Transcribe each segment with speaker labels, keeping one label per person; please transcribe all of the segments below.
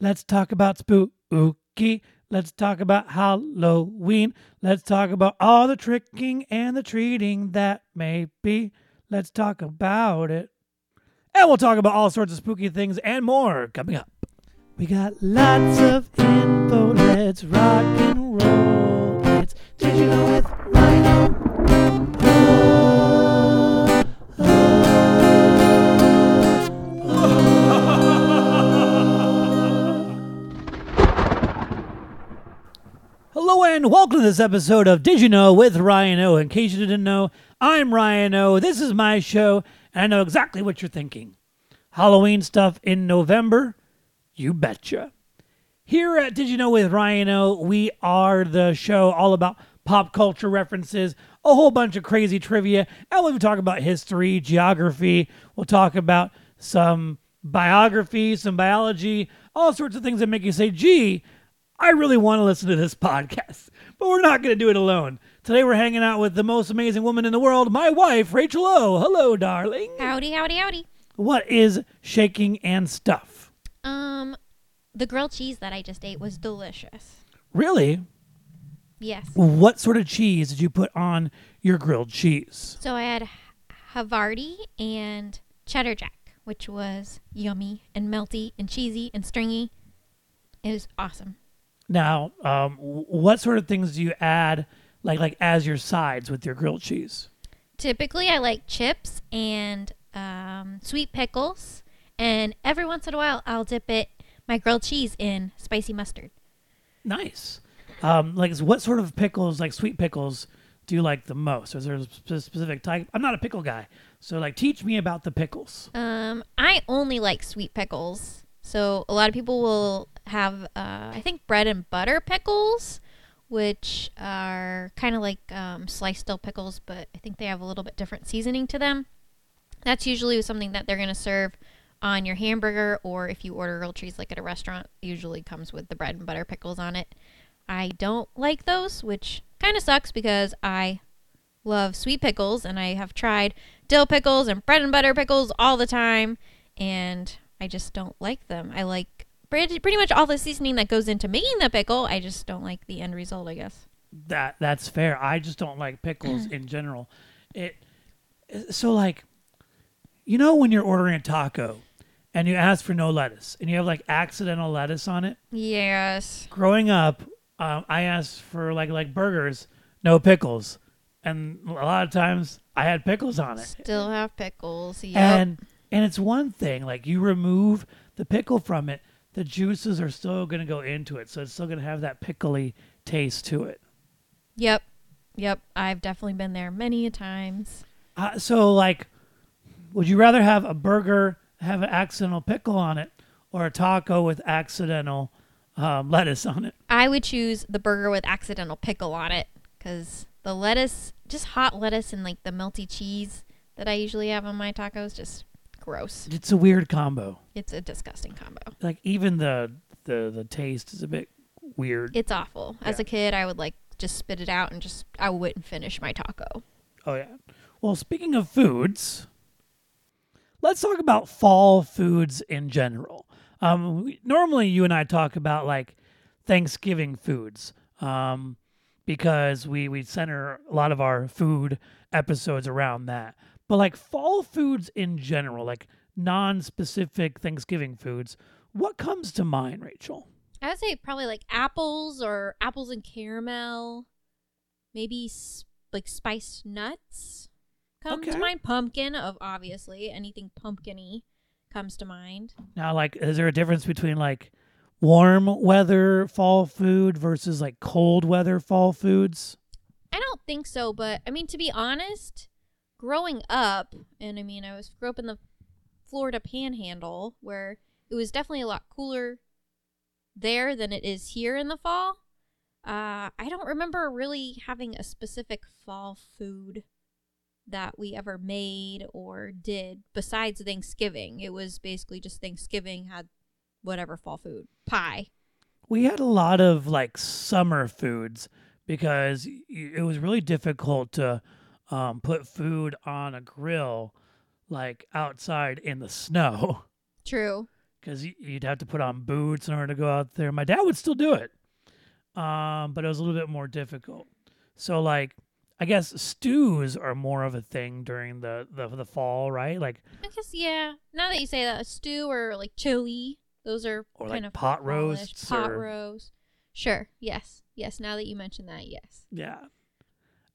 Speaker 1: Let's talk about spooky. Let's talk about Halloween. Let's talk about all the tricking and the treating that may be. Let's talk about it. And we'll talk about all sorts of spooky things and more coming up. We got lots of info. Let's rock and roll. It's digital with Rhino. Hello and welcome to this episode of Did You Know with Ryan O. In case you didn't know, I'm Ryan O. This is my show, and I know exactly what you're thinking. Halloween stuff in November? You betcha. Here at Did You Know with Ryan O, we are the show all about pop culture references, a whole bunch of crazy trivia, and we'll talk about history, geography. We'll talk about some biography, some biology, all sorts of things that make you say, gee, I really want to listen to this podcast, but we're not going to do it alone. Today we're hanging out with the most amazing woman in the world, my wife, Rachel O. Hello, darling.
Speaker 2: Howdy, howdy, howdy.
Speaker 1: What is shaking and stuff?
Speaker 2: Um, the grilled cheese that I just ate was delicious.
Speaker 1: Really?
Speaker 2: Yes.
Speaker 1: What sort of cheese did you put on your grilled cheese?
Speaker 2: So I had Havarti and cheddar jack, which was yummy and melty and cheesy and stringy. It was awesome.
Speaker 1: Now, um, w- what sort of things do you add, like like as your sides with your grilled cheese?
Speaker 2: Typically, I like chips and um, sweet pickles, and every once in a while, I'll dip it my grilled cheese in spicy mustard.
Speaker 1: Nice. Um, like, what sort of pickles, like sweet pickles, do you like the most? Is there a sp- specific type? I'm not a pickle guy, so like, teach me about the pickles.
Speaker 2: Um, I only like sweet pickles. So a lot of people will have, uh, I think, bread and butter pickles, which are kind of like um, sliced dill pickles, but I think they have a little bit different seasoning to them. That's usually something that they're going to serve on your hamburger, or if you order grilled cheese like at a restaurant, it usually comes with the bread and butter pickles on it. I don't like those, which kind of sucks because I love sweet pickles and I have tried dill pickles and bread and butter pickles all the time and I just don't like them. I like pretty pretty much all the seasoning that goes into making the pickle. I just don't like the end result, I guess.
Speaker 1: That that's fair. I just don't like pickles in general. It eh, so like, you know, when you're ordering a taco and you ask for no lettuce and you have like accidental lettuce on it.
Speaker 2: Yes.
Speaker 1: growing up, um, I asked for like like burgers, no pickles, and a lot of times I had pickles on it.
Speaker 2: Still have pickles. Yeah.
Speaker 1: And and it's one thing like you remove the pickle from it, the juices are still gonna go into it, so it's still gonna have that pickly taste to it.
Speaker 2: Yep. Yep. I've definitely been there many a times.
Speaker 1: Uh, so like, would you rather have a burger have an accidental pickle on it, or a taco with accidental um, lettuce on it?
Speaker 2: I would choose the burger with accidental pickle on it because the lettuce, just hot lettuce and like the melty cheese that I usually have on my tacos, just gross.
Speaker 1: It's a weird combo.
Speaker 2: It's a disgusting combo.
Speaker 1: Like even the the the taste is a bit weird.
Speaker 2: It's awful. As a kid, I would like just spit it out and just I wouldn't finish my taco.
Speaker 1: Oh yeah. Well, speaking of foods, let's talk about fall foods in general. Um, we- normally, you and I talk about like Thanksgiving foods um, because we we center a lot of our food episodes around that. But like fall foods in general, like non-specific Thanksgiving foods, what comes to mind, Rachel?
Speaker 2: I would say probably like apples or apples and caramel, maybe s- like spiced nuts come
Speaker 1: Okay.
Speaker 2: to mind. Pumpkin, of obviously anything pumpkiny comes to mind.
Speaker 1: Now, like, is there a difference between like warm weather fall food versus like cold weather fall foods?
Speaker 2: I don't think so, but I mean to be honest, growing up, and I mean I was grew up in the Florida Panhandle where it was definitely a lot cooler there than it is here in the fall. Uh, I don't remember really having a specific fall food that we ever made or did besides Thanksgiving. It was basically just Thanksgiving had whatever fall food pie.
Speaker 1: we had a lot of like summer foods because y- it was really difficult to um, put food on a grill like outside in the snow
Speaker 2: True.
Speaker 1: because you'd have to put on boots in order to go out there. My dad would still do it, um, but it was a little bit more difficult. So like, I guess stews are more of a thing during the the, the fall, right? Like
Speaker 2: I guess yeah. Now that you say that, a stew or like chili, those are
Speaker 1: Or,
Speaker 2: kind
Speaker 1: like,
Speaker 2: of
Speaker 1: pot
Speaker 2: fall-ish.
Speaker 1: roasts
Speaker 2: Pot
Speaker 1: or-
Speaker 2: roast. Sure. Yes. Yes. Now that you mention that, yes.
Speaker 1: yeah.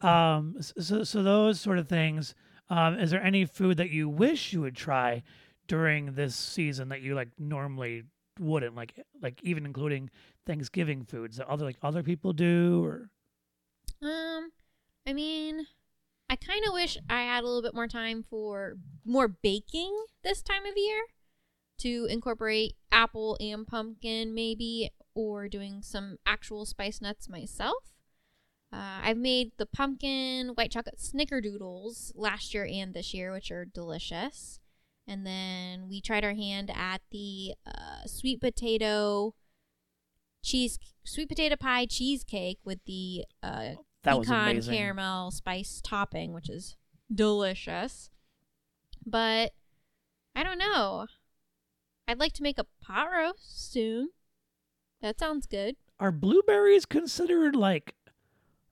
Speaker 1: Um. s- So so those sort of things. Um. Is there any food that you wish you would try during this season that you like normally wouldn't like like even including Thanksgiving foods that other like other people do or
Speaker 2: Um, I mean, I kind of wish I had a little bit more time for more baking this time of year to incorporate apple and pumpkin, maybe, or doing some actual spice nuts myself. Uh, I've made the pumpkin white chocolate snickerdoodles last year and this year, which are delicious. And then we tried our hand at the uh, sweet potato cheese, sweet potato pie cheesecake with the uh,
Speaker 1: that was
Speaker 2: pecan
Speaker 1: amazing.
Speaker 2: caramel spice topping, which is delicious. But I don't know. I'd like to make a pot roast soon. That sounds good.
Speaker 1: are blueberries considered like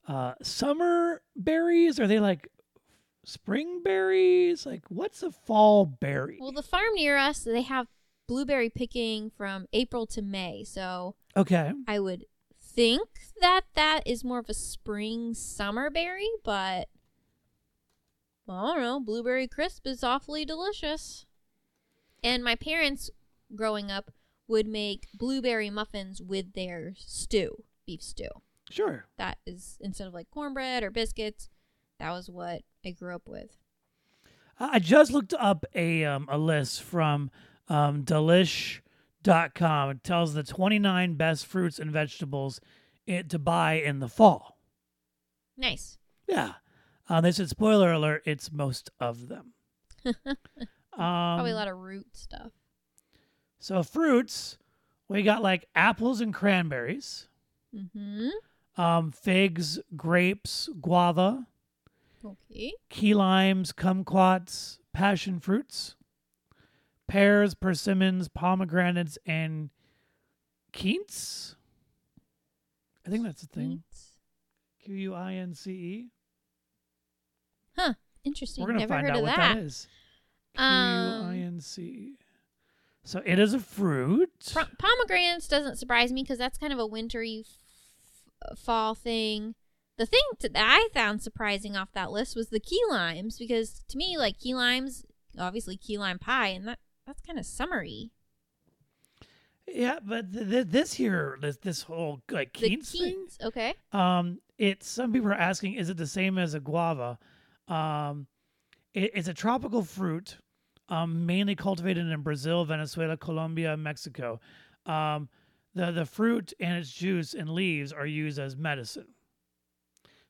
Speaker 1: uh summer berries are they like spring berries like what's a fall berry
Speaker 2: Well, the farm near us, they have blueberry picking from April to May. So
Speaker 1: okay
Speaker 2: I would think that that is more of a spring summer berry, but well, I don't know. Blueberry crisp is awfully delicious. And my parents, growing up, would make blueberry muffins with their stew, beef stew.
Speaker 1: sure
Speaker 2: That is instead of like cornbread or biscuits, that was what I grew up with.
Speaker 1: i I just looked up a um a list from um delish.com it tells the 29 best fruits and vegetables it, to buy in the fall
Speaker 2: Nice.
Speaker 1: yeah uh, they said spoiler alert it's most of them um,
Speaker 2: Probably a lot of root stuff.
Speaker 1: So fruits, we got like apples and cranberries,
Speaker 2: Mm-hmm.
Speaker 1: um, figs, grapes, guava,
Speaker 2: Okay.
Speaker 1: key limes, kumquats, passion fruits, pears, persimmons, pomegranates, and quince. I think that's a thing.
Speaker 2: Neat. Mm-hmm.
Speaker 1: Q U I N C E.
Speaker 2: Interesting.
Speaker 1: We're gonna
Speaker 2: Never
Speaker 1: find
Speaker 2: heard
Speaker 1: out
Speaker 2: of
Speaker 1: what
Speaker 2: that.
Speaker 1: that is. Q U I
Speaker 2: Um,
Speaker 1: N C E. So it is a fruit.
Speaker 2: pro- pomegranates doesn't surprise me because that's kind of a wintry f- fall thing. The thing t- that I found surprising off that list was the key limes because to me, like key limes, obviously key lime pie, and that that's kind of summery.
Speaker 1: yeah, but th- th- this here, this this whole like
Speaker 2: The
Speaker 1: quince thing.
Speaker 2: keens, okay.
Speaker 1: Um, it's some people are asking, is it the same as a guava? Um, it, it's a tropical fruit, um, mainly cultivated in Brazil, Venezuela, Colombia, and Mexico. Um, the the fruit and its juice and leaves are used as medicine.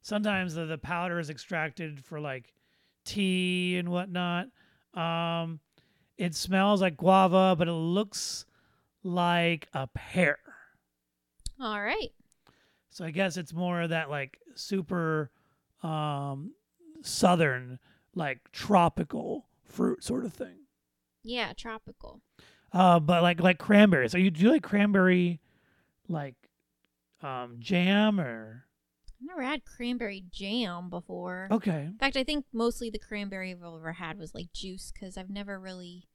Speaker 1: Sometimes the, the powder is extracted for like tea and whatnot. Um, it smells like guava, but it looks like a pear.
Speaker 2: All right.
Speaker 1: So I guess it's more of that like super um southern like tropical fruit sort of thing.
Speaker 2: Yeah, tropical.
Speaker 1: Uh but like like cranberries. Are you do you like cranberry like um jam or
Speaker 2: I've never had cranberry jam before.
Speaker 1: Okay.
Speaker 2: In fact, I think mostly the cranberry I've ever had was like juice because I've never really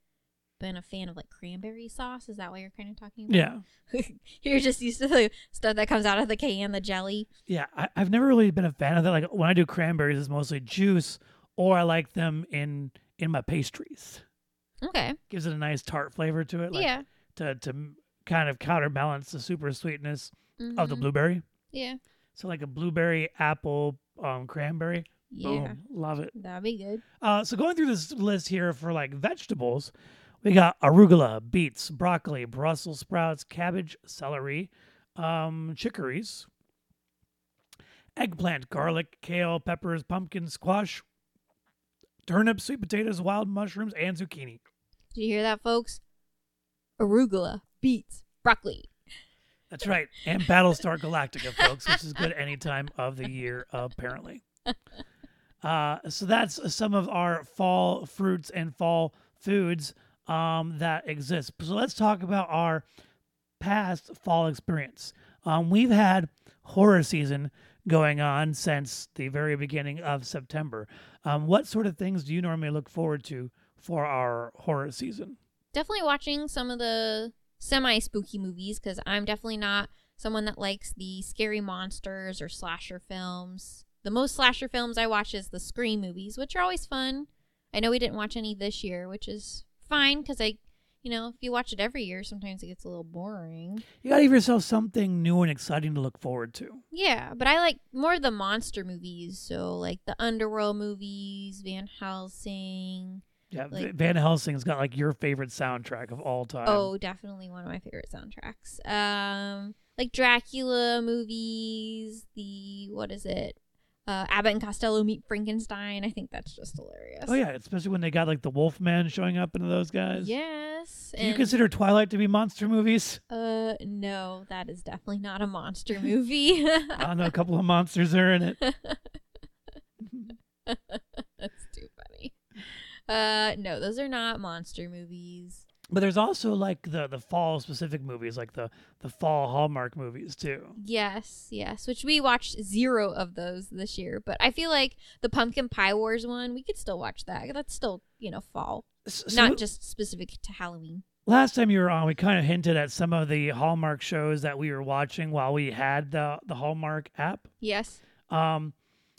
Speaker 2: been a fan of like cranberry sauce. Is that what you're kind of talking about?
Speaker 1: Yeah.
Speaker 2: You're just used to the stuff that comes out of the can, the jelly.
Speaker 1: Yeah. I, I've never really been a fan of that. Like when I do cranberries it's mostly juice or I like them in in my pastries.
Speaker 2: Okay.
Speaker 1: Gives it a nice tart flavor to it. Like
Speaker 2: yeah.
Speaker 1: to to kind of counterbalance the super sweetness of the
Speaker 2: Mhm.
Speaker 1: blueberry.
Speaker 2: Yeah.
Speaker 1: So like a blueberry, apple, um, cranberry.
Speaker 2: Yeah.
Speaker 1: Boom. Love it.
Speaker 2: That'd be good.
Speaker 1: Uh, so going through this list here for like vegetables, we got arugula, beets, broccoli, Brussels sprouts, cabbage, celery, um, chicories, eggplant, garlic, kale, peppers, pumpkin, squash, turnips, sweet potatoes, wild mushrooms, and zucchini.
Speaker 2: Did you hear that, folks? Arugula, beets, broccoli.
Speaker 1: That's right. And Battlestar Galactica, folks, which is good any time of the year, apparently. Uh, so that's some of our fall fruits and fall foods. um, that exist. So let's talk about our past fall experience. Um, we've had horror season going on since the very beginning of September. Um, what sort of things do you normally look forward to for our horror season?
Speaker 2: Definitely watching some of the semi spooky movies because I'm definitely not someone that likes the scary monsters or slasher films. The most slasher films I watch is the Scream movies, which are always fun. I know we didn't watch any this year, which is fine because I, you know, if you watch it every year, sometimes it gets a little boring.
Speaker 1: You got to give yourself something new and exciting to look forward to.
Speaker 2: Yeah, but I like more of the monster movies. So, like the Underworld movies, Van Helsing.
Speaker 1: Yeah,
Speaker 2: Like-
Speaker 1: Van Helsing's got like your favorite soundtrack of all time.
Speaker 2: oh, definitely one of my favorite soundtracks. Um, like Dracula movies, the, what is it? Uh, Abbott and Costello meet Frankenstein. I think that's just hilarious.
Speaker 1: Oh, yeah, especially when they got like the Wolfman showing up into those guys.
Speaker 2: Yes.
Speaker 1: Do you
Speaker 2: and-
Speaker 1: consider Twilight to be monster movies?
Speaker 2: Uh, no, that is definitely not a monster movie.
Speaker 1: I don't know, a couple of monsters are in it.
Speaker 2: That's too funny. Uh, no, those are not monster movies.
Speaker 1: But there's also like the the fall specific movies, like the the fall Hallmark movies too.
Speaker 2: Yes, yes, which we watched zero of those this year, but I feel like the Pumpkin Pie Wars one, we could still watch that. That's still, you know, fall,
Speaker 1: S- so-
Speaker 2: not just specific to Halloween.
Speaker 1: Last time you were on, we kind of hinted at some of the Hallmark shows that we were watching while we had the the Hallmark app.
Speaker 2: Yes,
Speaker 1: Um,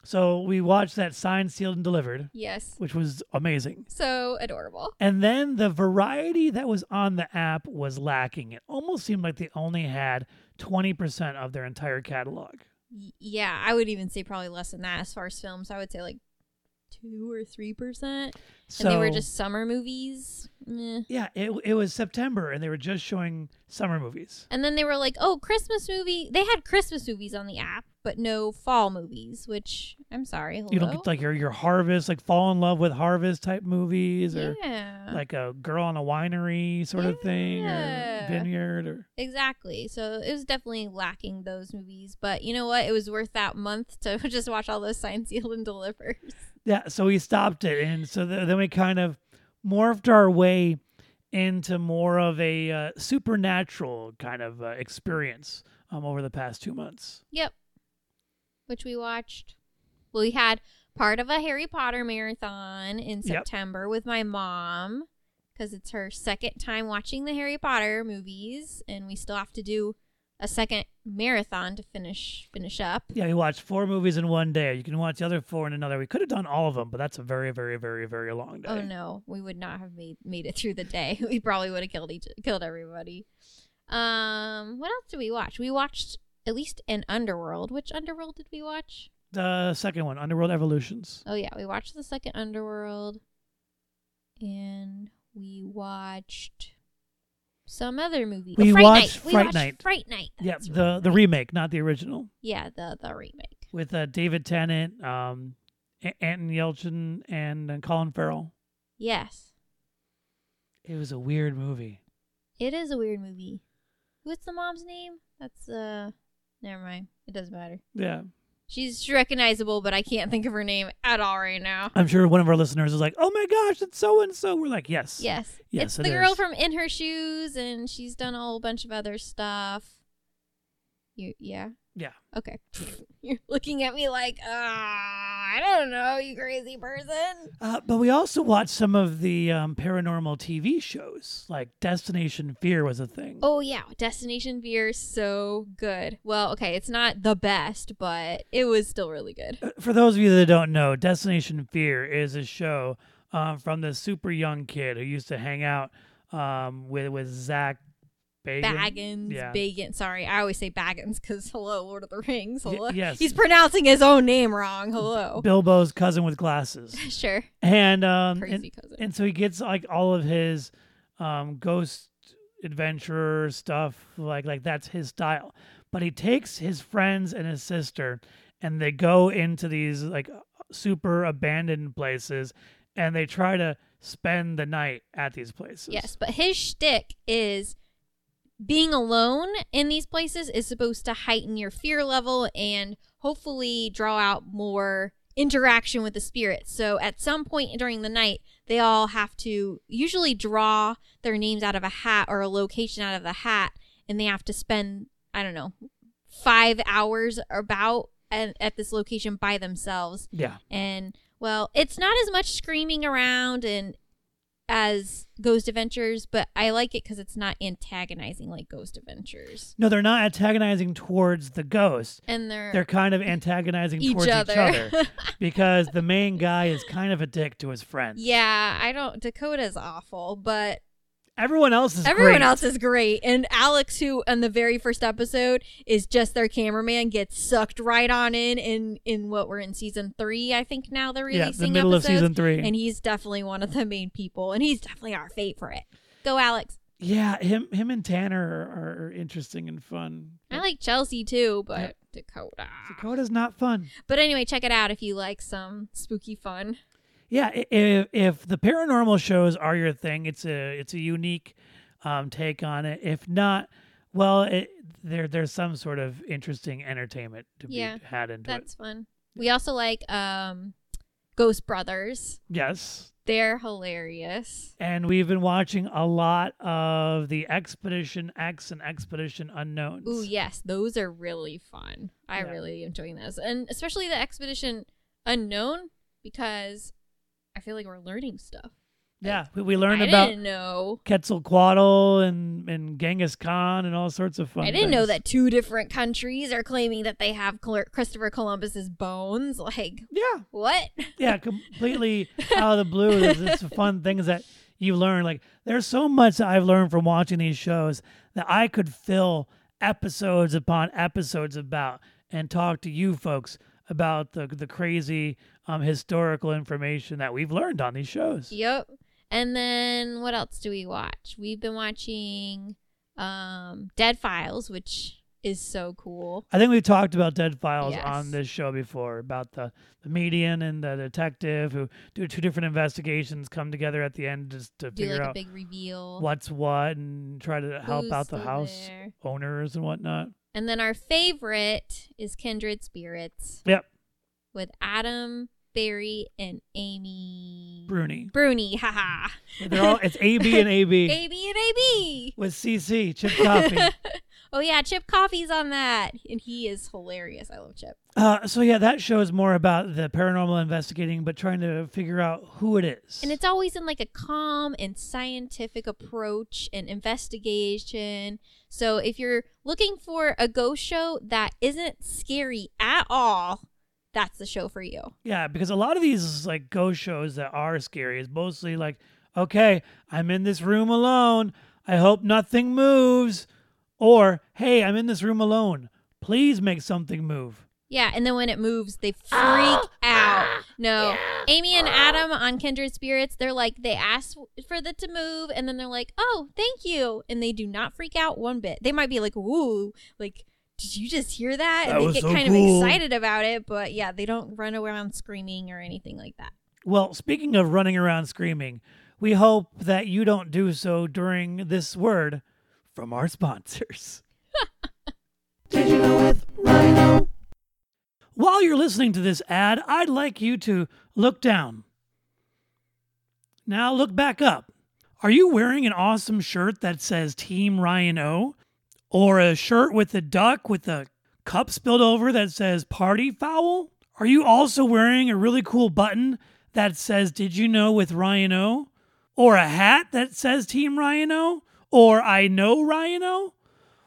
Speaker 1: so we watched that Signed, Sealed, and Delivered,
Speaker 2: yes.
Speaker 1: which was amazing.
Speaker 2: So adorable.
Speaker 1: And then the variety that was on the app was lacking. It almost seemed like they only had twenty percent of their entire catalog.
Speaker 2: Y- yeah, I would even say probably less than that as far as films. I would say like two or three percent.
Speaker 1: So
Speaker 2: and they were just summer movies. Meh.
Speaker 1: yeah, it it was September, and they were just showing summer movies.
Speaker 2: And then they were like, "Oh, Christmas movie." They had Christmas movies on the app, but no fall movies. Which I'm sorry, hello.
Speaker 1: You don't get like your your Harvest, like Fall in Love with Harvest type movies, or
Speaker 2: yeah,
Speaker 1: like a girl on a winery sort of thing or
Speaker 2: Yeah.
Speaker 1: vineyard or
Speaker 2: exactly. So it was definitely lacking those movies. But you know what? It was worth that month to just watch all those signs sealed and delivered.
Speaker 1: yeah so we stopped it and so th- then we kind of morphed our way into more of a uh, supernatural kind of uh, experience um, over the past two months
Speaker 2: Yep. Which we watched. Well, we had part of a Harry Potter marathon in September with my mom because it's her second time watching the Harry Potter movies, and we still have to do a second marathon to finish finish up.
Speaker 1: yeah we watched four movies in one day you can watch the other four in another we could have done all of them but that's a very very very very long day
Speaker 2: Oh no, we would not have made made it through the day. we probably would have killed each killed everybody. Um, what else did we watch? We watched at least an Underworld. Which Underworld did we watch?
Speaker 1: the second one underworld evolutions
Speaker 2: Oh yeah, we watched the second Underworld, and we watched some other movie.
Speaker 1: We
Speaker 2: Fright
Speaker 1: watched
Speaker 2: Night. We
Speaker 1: Fright
Speaker 2: watched
Speaker 1: Night.
Speaker 2: Fright Night.
Speaker 1: yeah
Speaker 2: Oh, That's
Speaker 1: the the remake not the original
Speaker 2: yeah, the the remake.
Speaker 1: with uh, david tennant um A- anton yelchin and uh, colin farrell
Speaker 2: Yes,
Speaker 1: It was a weird movie.
Speaker 2: it is a weird movie. What's the mom's name? That's uh, never mind. It doesn't matter.
Speaker 1: Yeah.
Speaker 2: She's recognizable, but I can't think of her name at all right now.
Speaker 1: I'm sure one of our listeners is like, oh my gosh, it's so and so. We're like, yes.
Speaker 2: Yes,
Speaker 1: Yes,
Speaker 2: it's
Speaker 1: it
Speaker 2: the girl
Speaker 1: is.
Speaker 2: from In Her Shoes, and she's done a whole bunch of other stuff. You yeah.
Speaker 1: Yeah.
Speaker 2: Okay. You're looking at me like, ah, I don't know, you crazy person.
Speaker 1: Uh, but we also watched some of the um, paranormal TV shows, like Destination Fear was a thing.
Speaker 2: Oh, yeah. Destination Fear, so good. Well, okay, it's not the best, but it was still really good.
Speaker 1: Uh, For those of you that don't know, Destination Fear is a show um, from this super young kid who used to hang out um, with, with Zach Bagan.
Speaker 2: Baggins,
Speaker 1: Yeah.
Speaker 2: Baggins. Sorry, I always say Baggins because, hello, Lord of the Rings.
Speaker 1: Y-
Speaker 2: Hello.
Speaker 1: yes.
Speaker 2: He's pronouncing his own name wrong. Hello.
Speaker 1: Bilbo's cousin with glasses.
Speaker 2: sure.
Speaker 1: And, um, and-
Speaker 2: Crazy cousin.
Speaker 1: and so he gets like all of his um, ghost adventurer stuff like like that's his style but he takes his friends and his sister and they go into these like super abandoned places and they try to spend the night at these places
Speaker 2: Yes, but his shtick is being alone in these places is supposed to heighten your fear level and hopefully draw out more interaction with the spirits. So at some point during the night, they all have to usually draw their names out of a hat or a location out of the hat, and they have to spend I don't know five hours about at, at this location by themselves.
Speaker 1: Yeah.
Speaker 2: And well, it's not as much screaming around and as Ghost Adventures, but I like it because it's not antagonizing like Ghost Adventures.
Speaker 1: No, they're not antagonizing towards the ghost.
Speaker 2: And they're,
Speaker 1: They're kind of antagonizing
Speaker 2: Er. each,
Speaker 1: towards
Speaker 2: other.
Speaker 1: each other because the main guy is kind of a dick to his friends.
Speaker 2: yeah, I don't. Dakota's awful, but
Speaker 1: Everyone else is
Speaker 2: everyone
Speaker 1: great.
Speaker 2: else is great. And Alex, who on the very first episode is just their cameraman, gets sucked right on in. And in what we're in season three, I think now they're
Speaker 1: Yeah,
Speaker 2: releasing
Speaker 1: the middle
Speaker 2: episodes,
Speaker 1: of season three.
Speaker 2: and he's definitely one of the main people, and he's definitely our favorite. Go, Alex.
Speaker 1: yeah, him, him, and Tanner are, are interesting and fun.
Speaker 2: I like Chelsea too, but
Speaker 1: Yep.
Speaker 2: Dakota.
Speaker 1: Dakota's not fun.
Speaker 2: But anyway, check it out if you like some spooky fun.
Speaker 1: Yeah, i- if if the paranormal shows are your thing, it's a it's a unique um, take on it. If not, well, it, there there's some sort of interesting entertainment to
Speaker 2: Yeah,
Speaker 1: be had into it.
Speaker 2: That's fun. We also like um, Ghost Brothers.
Speaker 1: Yes,
Speaker 2: They're hilarious.
Speaker 1: and we've been watching a lot of the Expedition X and Expedition Unknowns.
Speaker 2: Ooh, yes, those are really fun. I
Speaker 1: Yeah.
Speaker 2: really enjoy those, and especially the Expedition Unknown because I feel like we're learning stuff.
Speaker 1: yeah, we, we learned
Speaker 2: I
Speaker 1: about
Speaker 2: didn't know.
Speaker 1: Quetzalcoatl and and Genghis Khan and all sorts of fun.
Speaker 2: I didn't know
Speaker 1: things.
Speaker 2: that two different countries are claiming that they have Cl- Christopher Columbus's bones. Like
Speaker 1: Yeah,
Speaker 2: what?
Speaker 1: yeah, completely out of the blue. There's just fun things that you learn. Like there's so much that I've learned from watching these shows that I could fill episodes upon episodes about and talk to you folks about the the crazy um, historical information that we've learned on these shows.
Speaker 2: Yep. And then what else do we watch? We've been watching um Dead Files, which is so cool.
Speaker 1: I think we've talked about Dead Files
Speaker 2: Yes.
Speaker 1: on this show before about the, the median and the detective who do two different investigations come together at the end just to
Speaker 2: Do
Speaker 1: figure
Speaker 2: like a
Speaker 1: out
Speaker 2: big reveal.
Speaker 1: what's what and try to help
Speaker 2: Who's
Speaker 1: out the
Speaker 2: still
Speaker 1: house
Speaker 2: there?
Speaker 1: owners and whatnot.
Speaker 2: And then our favorite is Kindred Spirits
Speaker 1: Yep,
Speaker 2: with Adam, Barry, and Amy
Speaker 1: Bruni.
Speaker 2: Bruni, haha.
Speaker 1: They're all it's A B and A B
Speaker 2: Amy and AB.
Speaker 1: with CC Chip Coffee.
Speaker 2: Oh yeah, Chip Coffee's on that. And he is hilarious. I love Chip.
Speaker 1: uh, so yeah, that show is more about the paranormal investigating, but trying to figure out who it is.
Speaker 2: And it's always in like a calm and scientific approach and investigation. So if you're looking for a ghost show that isn't scary at all, that's the show for you.
Speaker 1: yeah, because a lot of these like ghost shows that are scary is mostly like, okay, I'm in this room alone. I hope nothing moves, or hey, I'm in this room alone. Please make something move.
Speaker 2: Yeah, and then when it moves, they freak out. No, Amy and Adam on Kindred Spirits, they're like, they ask for it to move, and then they're like, oh, thank you. And they do not freak out one bit. They might be like, woo, like, did you just hear that? And
Speaker 1: That
Speaker 2: they
Speaker 1: was
Speaker 2: get
Speaker 1: so
Speaker 2: kind
Speaker 1: cool.
Speaker 2: of excited about it, but yeah, they don't run around screaming or anything like that.
Speaker 1: Well, speaking of running around screaming, we hope that you don't do so during this word from our sponsors. Did you know with Rhino? While you're listening to this ad, I'd like you to look down. Now look back up. Are you wearing an awesome shirt that says Team Ryan O? Or a shirt with a duck with a cup spilled over that says Party Foul? Are you also wearing a really cool button that says Did You Know with Ryan O? Or a hat that says Team Ryan O? Or I Know Ryan O?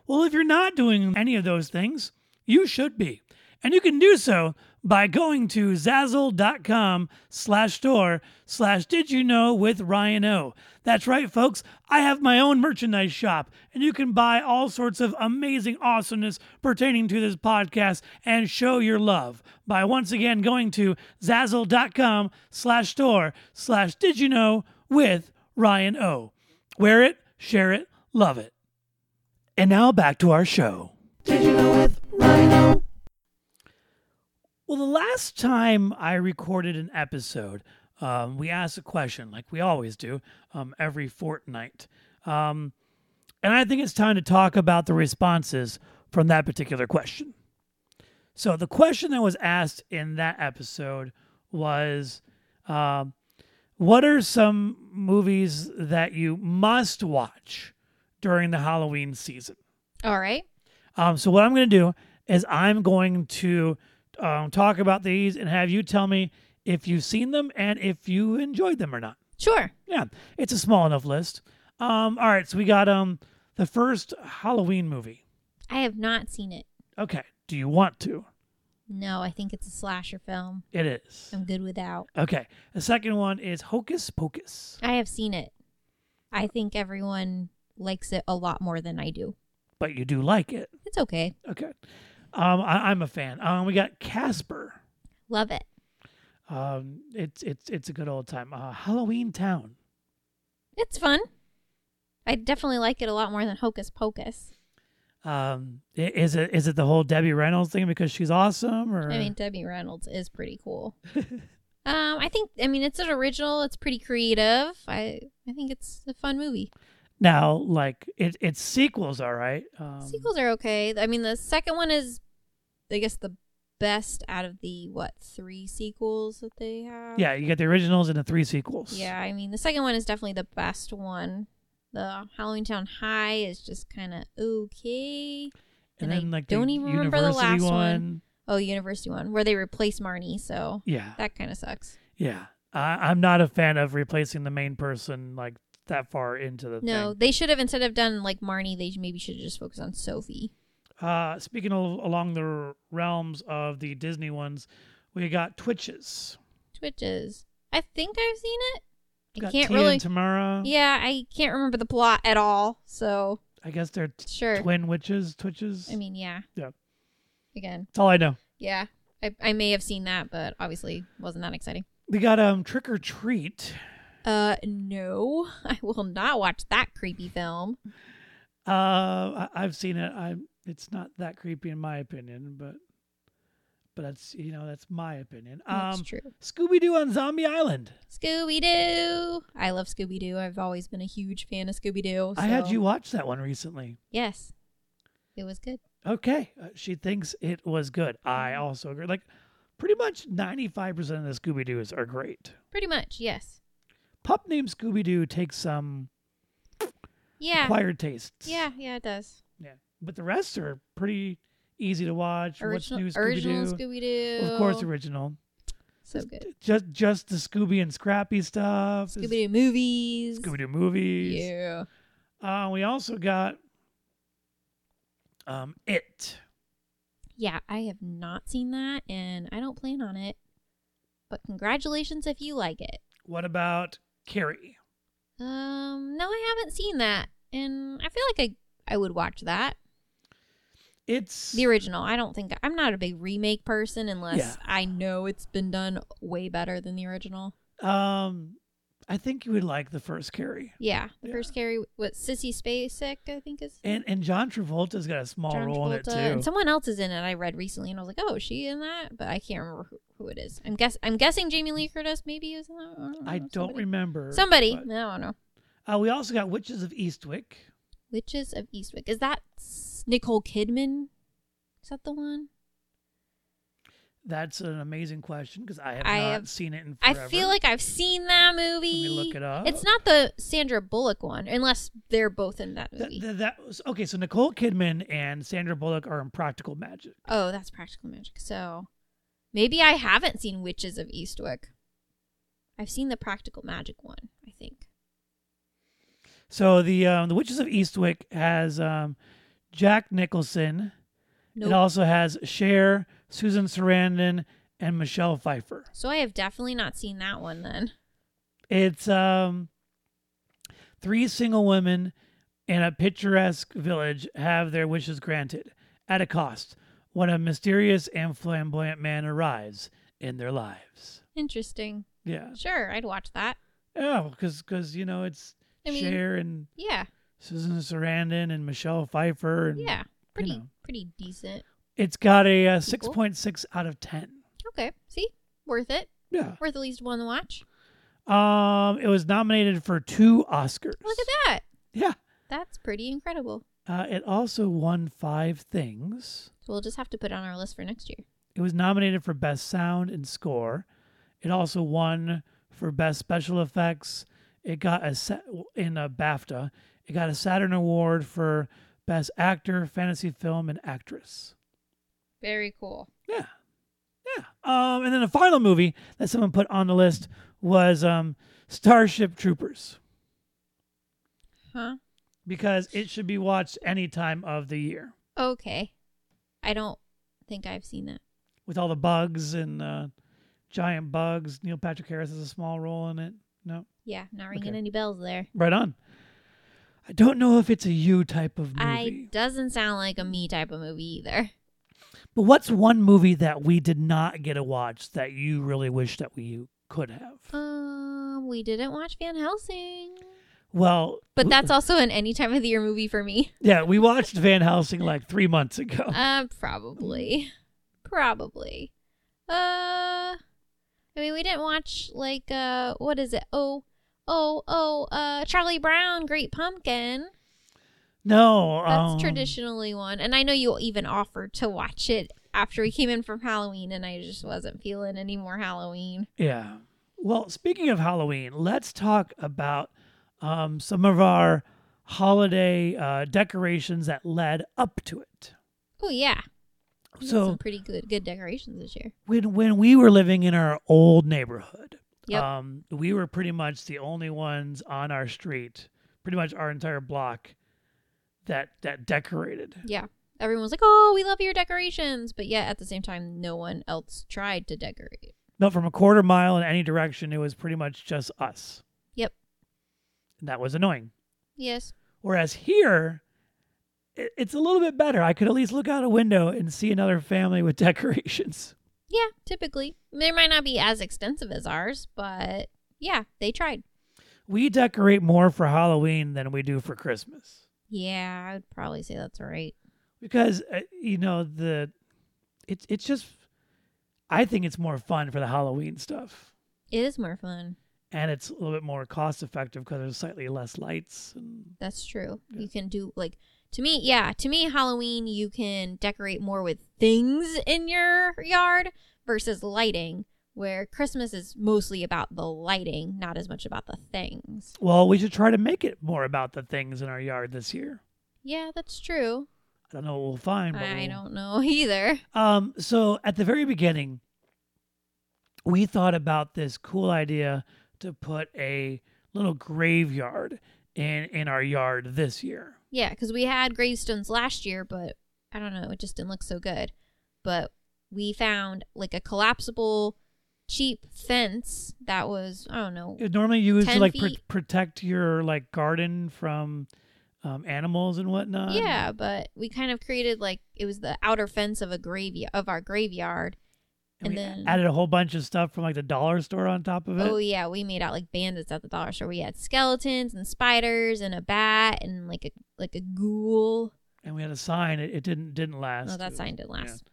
Speaker 1: Well, if you're not doing any of those things, you should be. And you can do so by going to Zazzle.com slash store slash did you know with Ryan O. That's right, folks. I have my own merchandise shop, and you can buy all sorts of amazing awesomeness pertaining to this podcast and show your love by once again going to Zazzle.com slash store slash did you know with Ryan O. Wear it, share it, love it. And now back to our show. Did you know with Rhino? Well, the last time I recorded an episode, um, we asked a question, like we always do, um, every fortnight. Um, and I think it's time to talk about the responses from that particular question. So the question that was asked in that episode was, um, what are some movies that you must watch during the Halloween season?
Speaker 2: All right.
Speaker 1: Um, so what I'm going to do is I'm going to um, talk about these and have you tell me if you've seen them and if you enjoyed them or not.
Speaker 2: Sure.
Speaker 1: Yeah, it's a small enough list. Um, all right, so we got um the first Halloween movie.
Speaker 2: I have not seen it.
Speaker 1: Okay, do you want to?
Speaker 2: No, I think it's a slasher film.
Speaker 1: It is.
Speaker 2: I'm good without.
Speaker 1: Okay, the second one is Hocus Pocus.
Speaker 2: I have seen it. I think everyone likes it a lot more than I do.
Speaker 1: But you do like it.
Speaker 2: It's okay.
Speaker 1: Okay. Um, I, I'm a fan. Um, we got Casper.
Speaker 2: Love it.
Speaker 1: Um, it's it's it's a good old time. Uh, Halloween Town.
Speaker 2: It's fun. I definitely like it a lot more than Hocus Pocus.
Speaker 1: Um, i- is it is it the whole Debbie Reynolds thing because she's awesome or
Speaker 2: I mean, Debbie Reynolds is pretty cool. um, I think. I mean, it's an original. It's pretty creative. I I think it's a fun movie.
Speaker 1: now like it its sequels all right. Um,
Speaker 2: Sequels are okay. I mean, the second one is, I guess, the best out of the what three sequels that they have.
Speaker 1: Yeah, you got the originals and the three sequels.
Speaker 2: Yeah, I mean, the second one is definitely the best one. The Halloween Town High is just kind of okay.
Speaker 1: and,
Speaker 2: and I
Speaker 1: then like
Speaker 2: don't
Speaker 1: the
Speaker 2: even remember the
Speaker 1: university
Speaker 2: last one.
Speaker 1: one.
Speaker 2: Oh, University one where they replace Marnie, so
Speaker 1: Yeah,
Speaker 2: that kind of sucks.
Speaker 1: yeah. I, I'm not a fan of replacing the main person like that far into the
Speaker 2: No, they should have instead of done like Marnie, they maybe should have just focused on Sophie.
Speaker 1: thing. Uh, speaking of, along the realms of the Disney ones, we got Twitches.
Speaker 2: Twitches. I think I've seen it. I
Speaker 1: got
Speaker 2: can't
Speaker 1: Tia
Speaker 2: really.
Speaker 1: and Tamara.
Speaker 2: yeah, I can't remember the plot at all. So
Speaker 1: I guess they're t-
Speaker 2: sure.
Speaker 1: twin witches. Twitches.
Speaker 2: I mean, yeah.
Speaker 1: Yeah.
Speaker 2: Again,
Speaker 1: That's all I know.
Speaker 2: yeah. I, I may have seen that, but obviously wasn't that exciting.
Speaker 1: We got um Trick or Treat.
Speaker 2: Uh, no, I will not watch that creepy film.
Speaker 1: Uh, I- I've seen it. I it's not that creepy in my opinion, but but that's you know that's my opinion.
Speaker 2: That's
Speaker 1: Um,
Speaker 2: true.
Speaker 1: Scooby Doo on Zombie Island.
Speaker 2: Scooby Doo. I love Scooby Doo. I've always been a huge fan of Scooby Doo.
Speaker 1: I had
Speaker 2: so-
Speaker 1: you watch that one recently.
Speaker 2: Yes, it was good.
Speaker 1: Okay, uh, she thinks it was good. I
Speaker 2: Mm-hmm.
Speaker 1: also agree. Like pretty much ninety five percent of the Scooby Doos are great.
Speaker 2: Pretty much, yes.
Speaker 1: Pup named Scooby Doo takes some
Speaker 2: Yeah,
Speaker 1: acquired tastes.
Speaker 2: yeah, yeah. It does.
Speaker 1: yeah. But the rest are pretty easy to watch.
Speaker 2: Original,
Speaker 1: What's new Scooby
Speaker 2: original
Speaker 1: Doo?
Speaker 2: Scooby Doo.
Speaker 1: Of course, original.
Speaker 2: so good.
Speaker 1: Just just the Scooby and Scrappy stuff.
Speaker 2: Scooby Doo movies.
Speaker 1: Scooby Doo movies.
Speaker 2: Yeah.
Speaker 1: Uh, we also got um it.
Speaker 2: Yeah, I have not seen that, and I don't plan on it. But congratulations if you like it.
Speaker 1: What about Carrie?
Speaker 2: Um, no, I haven't seen that, and I feel like I I would watch that.
Speaker 1: It's
Speaker 2: The original. I don't think I'm not a big remake person unless
Speaker 1: Yeah.
Speaker 2: I know it's been done way better than the original.
Speaker 1: um I think you would like the first Carrie.
Speaker 2: Yeah, the
Speaker 1: Yeah.
Speaker 2: first Carrie, what Sissy Spacek, I think is.
Speaker 1: And and John Travolta's got a small
Speaker 2: John
Speaker 1: role in it
Speaker 2: Travolta, and
Speaker 1: too.
Speaker 2: someone else is in it. I read recently, and I was like, "Oh, is she in that?" But I can't remember who, who it is. I'm guess I'm guessing Jamie Lee Curtis maybe is in that. or
Speaker 1: I don't
Speaker 2: know, oh, somebody.
Speaker 1: remember.
Speaker 2: Somebody,
Speaker 1: but-
Speaker 2: I don't know.
Speaker 1: uh, we also got Witches of Eastwick.
Speaker 2: Witches of Eastwick. Is that s- Nicole Kidman? Is that the one?
Speaker 1: That's an amazing question because I have
Speaker 2: I
Speaker 1: not
Speaker 2: have-
Speaker 1: seen it in
Speaker 2: I
Speaker 1: forever.
Speaker 2: feel like I've seen that movie.
Speaker 1: look it up.
Speaker 2: It's not the Sandra Bullock one, unless they're both in that
Speaker 1: Th-
Speaker 2: movie.
Speaker 1: th- that was, okay, so Nicole Kidman and Sandra Bullock are in Practical Magic.
Speaker 2: oh, that's Practical Magic. So maybe I haven't seen Witches of Eastwick. I've seen the Practical Magic one, I think.
Speaker 1: So the um, the Witches of Eastwick has um, Jack Nicholson.
Speaker 2: No.
Speaker 1: It also has Cher, Susan Sarandon, and Michelle Pfeiffer.
Speaker 2: so I have definitely not seen that one then.
Speaker 1: It's um, three single women in a picturesque village have their wishes granted at a cost when a mysterious and flamboyant man arrives in their lives.
Speaker 2: Interesting.
Speaker 1: Yeah,
Speaker 2: Sure, I'd watch that.
Speaker 1: yeah, because because you know it's
Speaker 2: I mean-
Speaker 1: Cher and
Speaker 2: Yeah.
Speaker 1: Susan Sarandon and Michelle Pfeiffer. And
Speaker 2: Yeah. Pretty
Speaker 1: know.
Speaker 2: pretty decent.
Speaker 1: It's got a uh, six point six out of ten.
Speaker 2: Okay. See? Worth it.
Speaker 1: Yeah.
Speaker 2: Worth at least one watch.
Speaker 1: Um, it was nominated for two Oscars.
Speaker 2: Look at that.
Speaker 1: Yeah.
Speaker 2: That's pretty incredible.
Speaker 1: Uh, it also won five things.
Speaker 2: So we'll just have to put it on our list for next year.
Speaker 1: It was nominated for Best Sound and Score. It also won for Best Special Effects. It got a set in a BAFTA. It got a Saturn Award for Best Actor, Fantasy Film, and Actress.
Speaker 2: Very cool.
Speaker 1: Yeah. Yeah. Um, and then the final movie that someone put on the list was um, Starship Troopers
Speaker 2: Huh?
Speaker 1: because it should be watched any time of the year
Speaker 2: Okay. I don't think I've seen that.
Speaker 1: with all the bugs and uh, giant bugs. Neil Patrick Harris has a small role in it. No.
Speaker 2: Yeah, not ringing
Speaker 1: Okay.
Speaker 2: any bells there.
Speaker 1: Right on. I don't know if it's a you type of movie.
Speaker 2: I doesn't sound like a me type of movie either.
Speaker 1: But what's one movie that we did not get to watch that you really wish that we could have?
Speaker 2: Um, we didn't watch Van Helsing,
Speaker 1: well,
Speaker 2: but
Speaker 1: we-
Speaker 2: that's also an any time of the year movie for me.
Speaker 1: yeah, we watched Van Helsing like three months ago.
Speaker 2: Uh, probably, probably. Uh, I mean, we didn't watch like uh, what is it? Oh, oh, oh, uh, Charlie Brown, Great Pumpkin.
Speaker 1: no,
Speaker 2: That's
Speaker 1: um,
Speaker 2: traditionally one, and I know you even offered to watch it after we came in from Halloween, and I just wasn't feeling any more Halloween.
Speaker 1: Yeah. Well, speaking of Halloween, let's talk about um, some of our holiday uh, decorations that led up to it.
Speaker 2: Oh yeah, We had
Speaker 1: So
Speaker 2: some pretty good good decorations this year.
Speaker 1: when when we were living in our old neighborhood,
Speaker 2: Yep.
Speaker 1: um, we were pretty much the only ones on our street, pretty much our entire block, that that decorated.
Speaker 2: Yeah. Everyone was like, "Oh, we love your decorations," but yet at the same time, no one else tried to decorate.
Speaker 1: No, from a quarter mile in any direction, it was pretty much just us.
Speaker 2: Yep.
Speaker 1: And that was annoying.
Speaker 2: Yes.
Speaker 1: Whereas here, it, it's a little bit better. I could at least look out a window and see another family with decorations.
Speaker 2: Yeah. Typically, they might not be as extensive as ours, but yeah, they tried.
Speaker 1: We decorate more for Halloween than we do for Christmas.
Speaker 2: Yeah, I would probably say that's right.
Speaker 1: because uh, you know the it's it's just i think it's more fun for the halloween stuff
Speaker 2: It is more fun.
Speaker 1: and it's a little bit more cost effective because there's slightly less lights and
Speaker 2: That's true. You can do like to me, yeah, to me Halloween you can decorate more with things in your yard versus lighting, where Christmas is mostly about the lighting, not as much about the things.
Speaker 1: well we should try to make it more about the things in our yard this year
Speaker 2: Yeah, that's true.
Speaker 1: i don't know what we'll find but
Speaker 2: I
Speaker 1: we'll-
Speaker 2: don't know either.
Speaker 1: um so at the very beginning we thought about this cool idea to put a little graveyard in in our yard this year
Speaker 2: Yeah, because we had gravestones last year, but I don't know, it just didn't look so good. But we found like a collapsible, cheap fence that was I don't know.
Speaker 1: It's normally used to
Speaker 2: 10
Speaker 1: like pr-
Speaker 2: feet.
Speaker 1: protect your like garden from um, animals and whatnot.
Speaker 2: yeah, but we kind of created like it was the outer fence of a graveyard of our graveyard,
Speaker 1: and,
Speaker 2: and
Speaker 1: we
Speaker 2: then-
Speaker 1: added a whole bunch of stuff from like the dollar store on top of it.
Speaker 2: Oh yeah, we made out like bandits at the dollar store. We had skeletons and spiders and a bat and like a like a ghoul.
Speaker 1: And we had a sign. It, it didn't didn't last.
Speaker 2: Oh, that sign didn't
Speaker 1: yeah.
Speaker 2: last.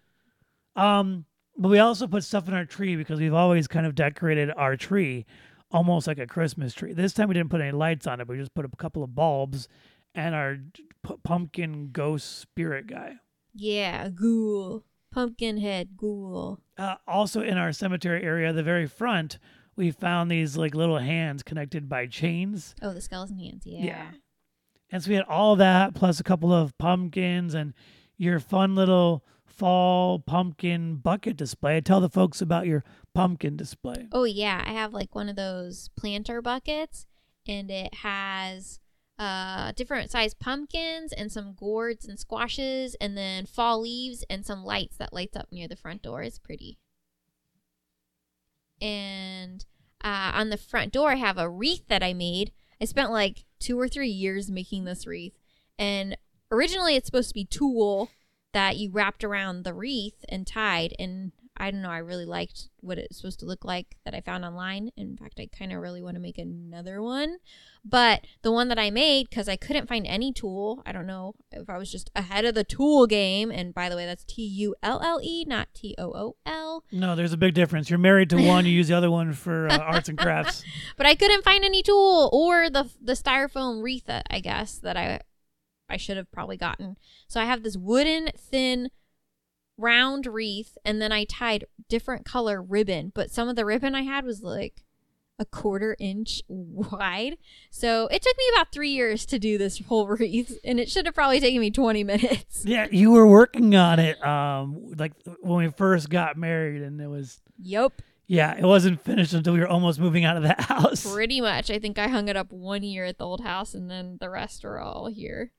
Speaker 1: Um, but we also put stuff in our tree because we've always kind of decorated our tree almost like a Christmas tree. This time we didn't put any lights on it. But we just put a couple of bulbs and our p- pumpkin ghost spirit guy.
Speaker 2: Yeah, a ghoul, pumpkin head ghoul.
Speaker 1: uh, also in our cemetery area, the very front, we found these like little hands connected by chains.
Speaker 2: Oh, the skeleton hands. Yeah.
Speaker 1: Yeah. And so we had all that plus a couple of pumpkins and your fun little fall pumpkin bucket display. Tell the folks about your pumpkin display.
Speaker 2: Oh yeah, I have like one of those planter buckets, and it has uh different sized pumpkins and some gourds and squashes, and then fall leaves and some lights that lights up near the front door. It's pretty. And uh, on the front door, I have a wreath that I made. I spent like two or three years making this wreath, and originally it's supposed to be tulle that you wrapped around the wreath and tied and i don't know i really liked what it's supposed to look like that i found online in fact i kind of really want to make another one but the one that i made because i couldn't find any tool i don't know if i was just ahead of the tool game and by the way that's t-u-l-l-e E, not t-o-o-l
Speaker 1: No, there's a big difference. You're married to one, you use the other one for uh, arts and crafts.
Speaker 2: but I couldn't find any tool or the the styrofoam wreath that I guess that I I should have probably gotten. So I have this wooden thin round wreath and then I tied different color ribbon, but some of the ribbon I had was like a quarter inch wide. So it took me about 3 years to do this whole wreath and it should have probably taken me 20 minutes.
Speaker 1: Yeah, you were working on it um like when we first got married and it was
Speaker 2: Yep.
Speaker 1: yeah, it wasn't finished until we were almost moving out of the house.
Speaker 2: Pretty much. I think I hung it up one year at the old house and then the rest are all here.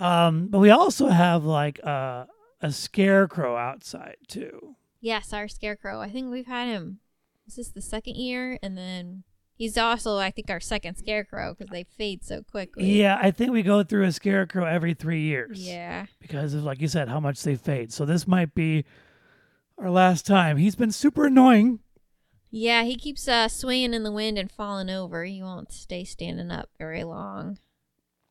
Speaker 1: Um but we also have like uh, a scarecrow outside too.
Speaker 2: Yes, our scarecrow. I think we've had him. This is the second year, and then he's also, I think, our second scarecrow because they fade so quickly.
Speaker 1: Yeah, I think we go through a scarecrow every 3 years.
Speaker 2: Yeah.
Speaker 1: because of like you said how much they fade so this might be our last time he's been super annoying
Speaker 2: Yeah, he keeps uh, swaying in the wind and falling over. He won't stay standing up very long.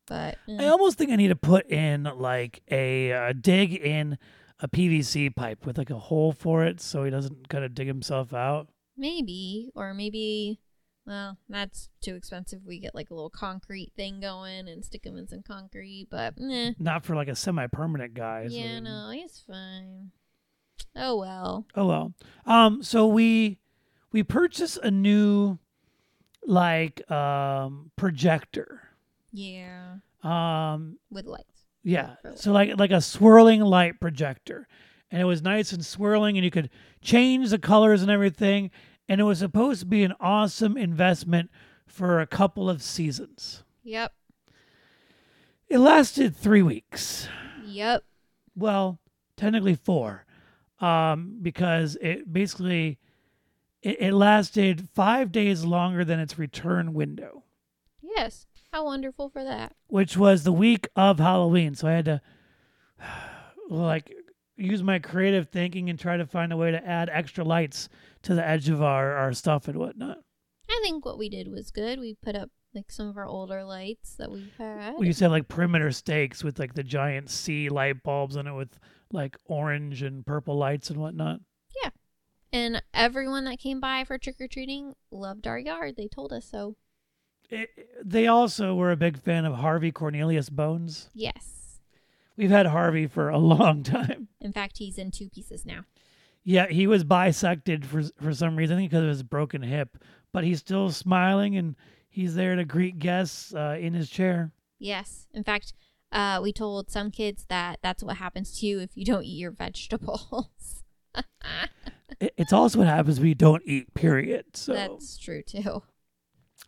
Speaker 2: But eh.
Speaker 1: i almost think i need to put in like a uh, dig in a pvc pipe with like a hole for it so he doesn't kind of dig himself out
Speaker 2: maybe, or maybe, well, that's too expensive. We get like a little concrete thing going and stick him in some concrete, but eh.
Speaker 1: not for like a semi-permanent guy so
Speaker 2: yeah,
Speaker 1: then-
Speaker 2: no, he's fine. Oh well.
Speaker 1: oh well um so we we purchased a new like um projector
Speaker 2: Yeah,
Speaker 1: um
Speaker 2: with lights.
Speaker 1: Yeah.
Speaker 2: for
Speaker 1: So like like a swirling light projector. And it was nice and swirling and you could change the colors and everything. And it was supposed to be an awesome investment for a couple of seasons.
Speaker 2: Yep.
Speaker 1: It lasted three weeks.
Speaker 2: Yep.
Speaker 1: Well, technically four. Um, because it basically it, it lasted five days longer than its return window,
Speaker 2: Yes. How wonderful for that.
Speaker 1: which was the week of Halloween. So I had to like use my creative thinking and try to find a way to add extra lights to the edge of our, our stuff and whatnot.
Speaker 2: I think what we did was good. We put up like some of our older lights that we've had.
Speaker 1: We used to have like perimeter stakes with like the giant C light bulbs in it with like orange and purple lights and whatnot.
Speaker 2: and everyone that came by for trick or treating loved our yard. They told us so.
Speaker 1: It, they also were a big fan of Harvey Cornelius Bones.
Speaker 2: Yes.
Speaker 1: We've had Harvey for a long time.
Speaker 2: In fact, he's in two pieces now.
Speaker 1: Yeah, he was bisected for for some reason because of his broken hip, but he's still smiling and he's there to greet guests uh, in his chair.
Speaker 2: Yes. In fact, uh, we told some kids that that's what happens to you if you don't eat your vegetables.
Speaker 1: It- it's also what happens when you don't eat period so
Speaker 2: That's true too.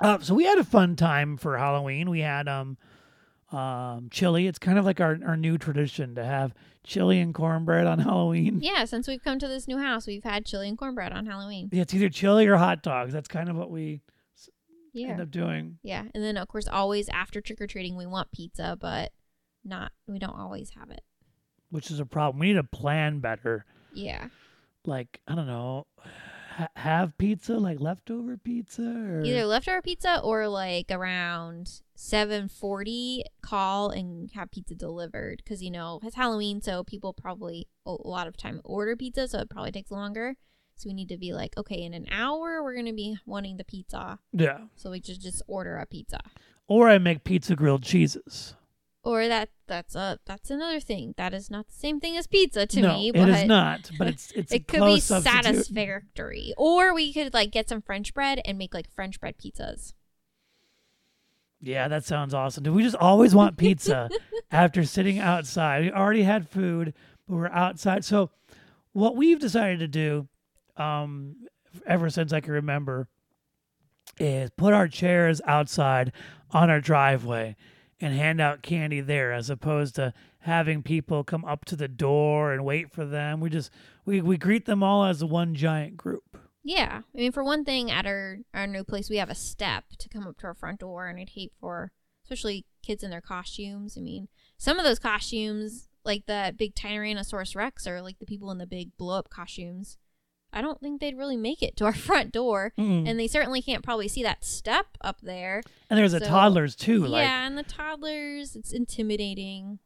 Speaker 1: uh, so we had a fun time for halloween we had um um chili it's kind of like our, our new tradition to have chili and cornbread on halloween
Speaker 2: Yeah. Since we've come to this new house, we've had chili and cornbread on Halloween.
Speaker 1: yeah. it's either chili or hot dogs that's kind of what we
Speaker 2: Yeah.
Speaker 1: end up doing
Speaker 2: Yeah, and then of course always after trick or treating we want pizza, but not we don't always have it.
Speaker 1: which is a problem we need to plan better
Speaker 2: Yeah,
Speaker 1: like i don't know ha- have pizza like leftover pizza or
Speaker 2: either leftover pizza or like around seven forty call and have pizza delivered because you know it's Halloween, so people probably a lot of time order pizza, so it probably takes longer. So we need to be like, okay, in an hour we're gonna be wanting the pizza,
Speaker 1: yeah
Speaker 2: so we just just order a pizza.
Speaker 1: or i make pizza grilled cheeses
Speaker 2: Or that that's a that's another thing that is not the same thing as pizza to
Speaker 1: no
Speaker 2: me.
Speaker 1: it
Speaker 2: but
Speaker 1: is not but it's it's a
Speaker 2: it could
Speaker 1: close
Speaker 2: be
Speaker 1: substitute.
Speaker 2: satisfactory. Or we could like get some French bread and make like French bread pizzas.
Speaker 1: Yeah, that sounds awesome. Do we just always want pizza after sitting outside? We already had food, but we're outside. So, what we've decided to do, um, ever since I can remember, is put our chairs outside on our driveway and hand out candy there, as opposed to having people come up to the door and wait for them. We just we we greet them all as one giant group.
Speaker 2: Yeah. I mean for one thing at our our new place we have a step to come up to our front door and I'd hate for especially kids in their costumes. I mean, some of those costumes like that big Tyrannosaurus Rex or like the people in the big blow up costumes. I don't think they'd really make it to our front door.
Speaker 1: Mm.
Speaker 2: And they certainly can't probably see that step up there.
Speaker 1: And there's the
Speaker 2: So-
Speaker 1: toddlers too. Like
Speaker 2: yeah, and the toddlers, it's intimidating.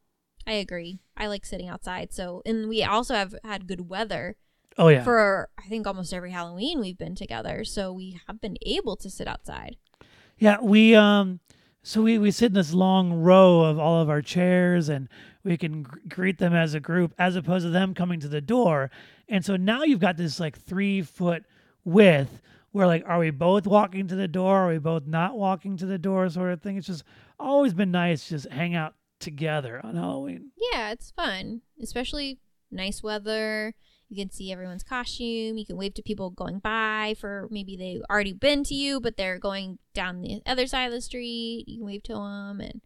Speaker 2: I agree. I like sitting outside. So, and we also have had good weather
Speaker 1: oh yeah.
Speaker 2: for I think almost every Halloween we've been together. So we have been able to sit outside.
Speaker 1: Yeah, we um So we, we sit in this long row of all of our chairs and we can gr- greet them as a group as opposed to them coming to the door. And so now you've got this like three foot width where like, are we both walking to the door? Are we both not walking to the door sort of thing? It's just always been nice to just hang out together on Halloween.
Speaker 2: Yeah, it's fun, especially nice weather. You can see everyone's costume. You can wave to people going by for maybe they've already been to you, but they're going down the other side of the street. You can wave to them, and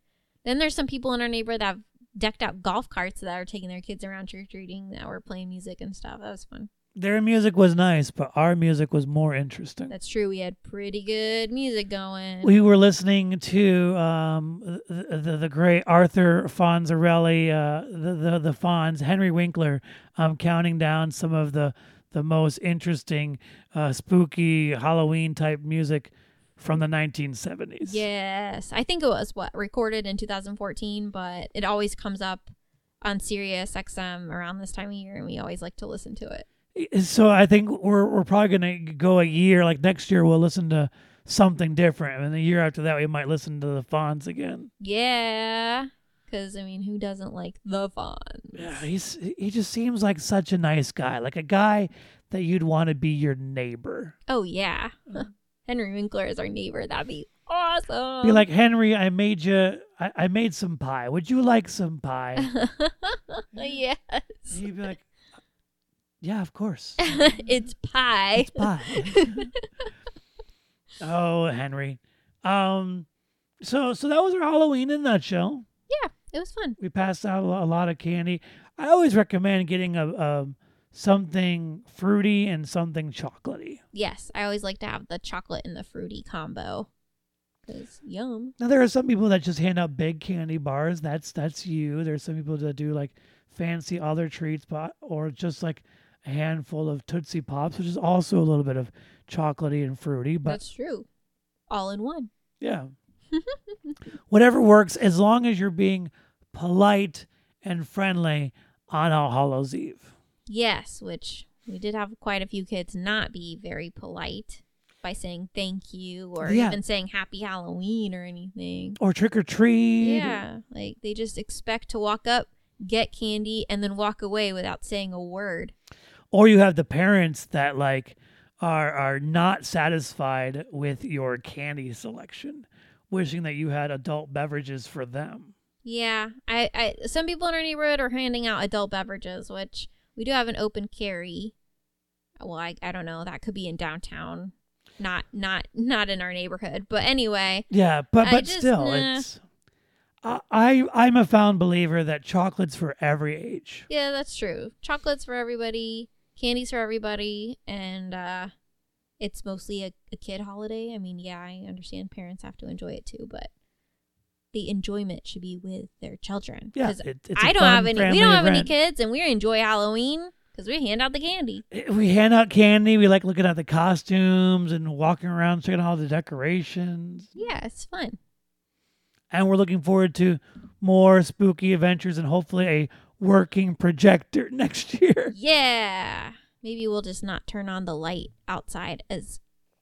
Speaker 2: then there's some people in our neighborhood that have decked out golf carts that are taking their kids around trick or treating that were playing music and stuff. That was fun.
Speaker 1: Their music was nice, but our music was more interesting.
Speaker 2: That's true. We had pretty good music going.
Speaker 1: We were listening to um, the, the the great Arthur Fonzarelli, uh, the, the the Fonz, Henry Winkler, um, counting down some of the the most interesting, uh, spooky Halloween type music from the 1970s.
Speaker 2: Yes, I think it was what recorded in 2014, but it always comes up on Sirius XM around this time of year, and we always like to listen to it.
Speaker 1: So I think we're we're probably gonna go a year. Like next year, we'll listen to something different, and the year after that, we might listen to the Fonz again.
Speaker 2: Yeah, because I mean, who doesn't like the Fonz?
Speaker 1: Yeah, he's he just seems like such a nice guy, like a guy that you'd want to be your neighbor.
Speaker 2: Oh yeah, Henry Winkler is our neighbor. That'd be awesome.
Speaker 1: Be like Henry, I made you, I, I made some pie. Would you like some pie? And
Speaker 2: yes,
Speaker 1: he'd be like, Yeah, of course.
Speaker 2: it's pie.
Speaker 1: It's pie. oh, Henry. Um, so so that was our Halloween in a nutshell.
Speaker 2: Yeah, it was fun.
Speaker 1: We passed out a lo- a lot of candy. I always recommend getting a um something fruity and something chocolatey.
Speaker 2: Yes, I always like to have the chocolate and the fruity combo. Cause yum.
Speaker 1: Now there are some people that just hand out big candy bars. That's that's you. There's some people that do like fancy other treats, but or just like a handful of Tootsie Pops, which is also a little bit of chocolatey and fruity. But
Speaker 2: That's true. All in one.
Speaker 1: yeah, whatever works as long as you're being polite and friendly on All Hallows Eve.
Speaker 2: Yes, which we did have quite a few kids not be very polite by saying thank you or
Speaker 1: Yeah.
Speaker 2: even saying happy Halloween or anything.
Speaker 1: Or trick or treat.
Speaker 2: Yeah, like they just expect to walk up, get candy, and then walk away without saying a word.
Speaker 1: Or you have the parents that like are are not satisfied with your candy selection, wishing that you had adult beverages for them.
Speaker 2: Yeah, I, I some people in our neighborhood are handing out adult beverages, which we do have an open carry. Well, I, I don't know. That could be in downtown, not not not in our neighborhood. But anyway,
Speaker 1: Yeah, but
Speaker 2: I
Speaker 1: but
Speaker 2: just,
Speaker 1: still,
Speaker 2: nah.
Speaker 1: it's. I I- I'm a found believer that chocolates for every age.
Speaker 2: Yeah, that's true. Chocolates for everybody, candies for everybody, and uh, it's mostly a, a kid holiday. I mean, yeah, I understand parents have to enjoy it too, but the enjoyment should be with their children.
Speaker 1: Yeah,
Speaker 2: 'Cause
Speaker 1: it- it's a
Speaker 2: I don't
Speaker 1: fun
Speaker 2: have any.
Speaker 1: family
Speaker 2: We don't have any
Speaker 1: event.
Speaker 2: kids, and we enjoy Halloween because we hand out the candy.
Speaker 1: We hand out candy. We like looking at the costumes and walking around checking out all the decorations.
Speaker 2: Yeah, it's fun.
Speaker 1: And we're looking forward to more spooky adventures and hopefully a working projector next year.
Speaker 2: Yeah, maybe we'll just not turn on the light outside as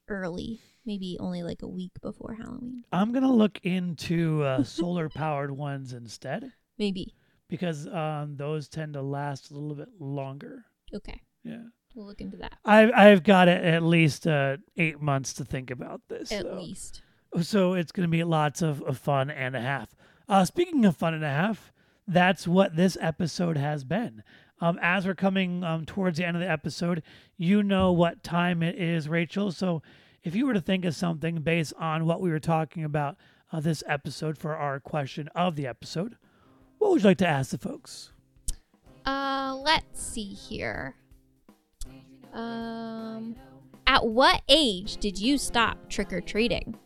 Speaker 2: early. Maybe only like a week before Halloween.
Speaker 1: I'm gonna look into uh, solar powered ones instead
Speaker 2: Maybe.
Speaker 1: because um, those tend to last a little bit longer.
Speaker 2: Okay,
Speaker 1: Yeah.
Speaker 2: we'll look into that
Speaker 1: I've I've got a- at least uh, eight months to think about this.
Speaker 2: at
Speaker 1: so.
Speaker 2: least.
Speaker 1: So it's going to be lots of, of fun and a half. Uh, speaking of fun and a half, that's what this episode has been. Um, as we're coming um, towards the end of the episode, you know what time it is, Rachel. So if you were to think of something based on what we were talking about uh, this episode for our question of the episode, what would you like to ask the folks?
Speaker 2: Uh, let's see here. Um, at what age did you stop trick or treating?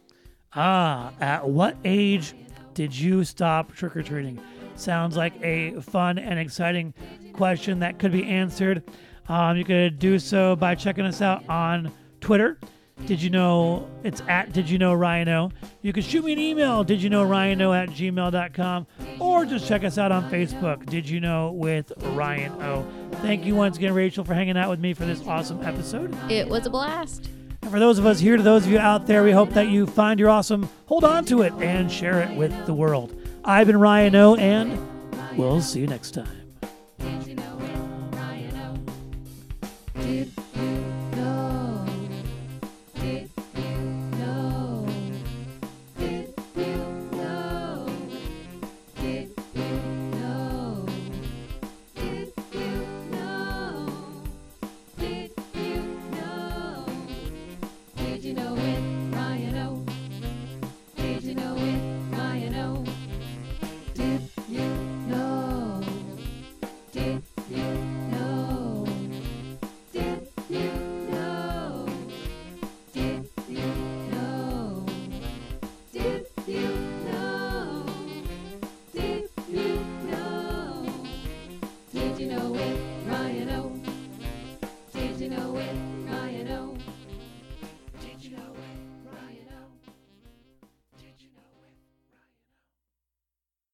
Speaker 1: Ah, at what age did you stop trick or treating? Sounds like a fun and exciting question that could be answered. Um, you could do so by checking us out on Twitter. Did you know it's at Did You Know Rhino? You could shoot me an email, Did You Know Rhino at gmail.com, or just check us out on Facebook, Did You Know with Ryan O. Thank you once again, Rachel, for hanging out with me for this awesome episode.
Speaker 2: It was a blast.
Speaker 1: And for those of us here, to those of you out there, we hope that you find your awesome, hold on to it, and share it with the world. I've been Ryan O, and we'll see you next time.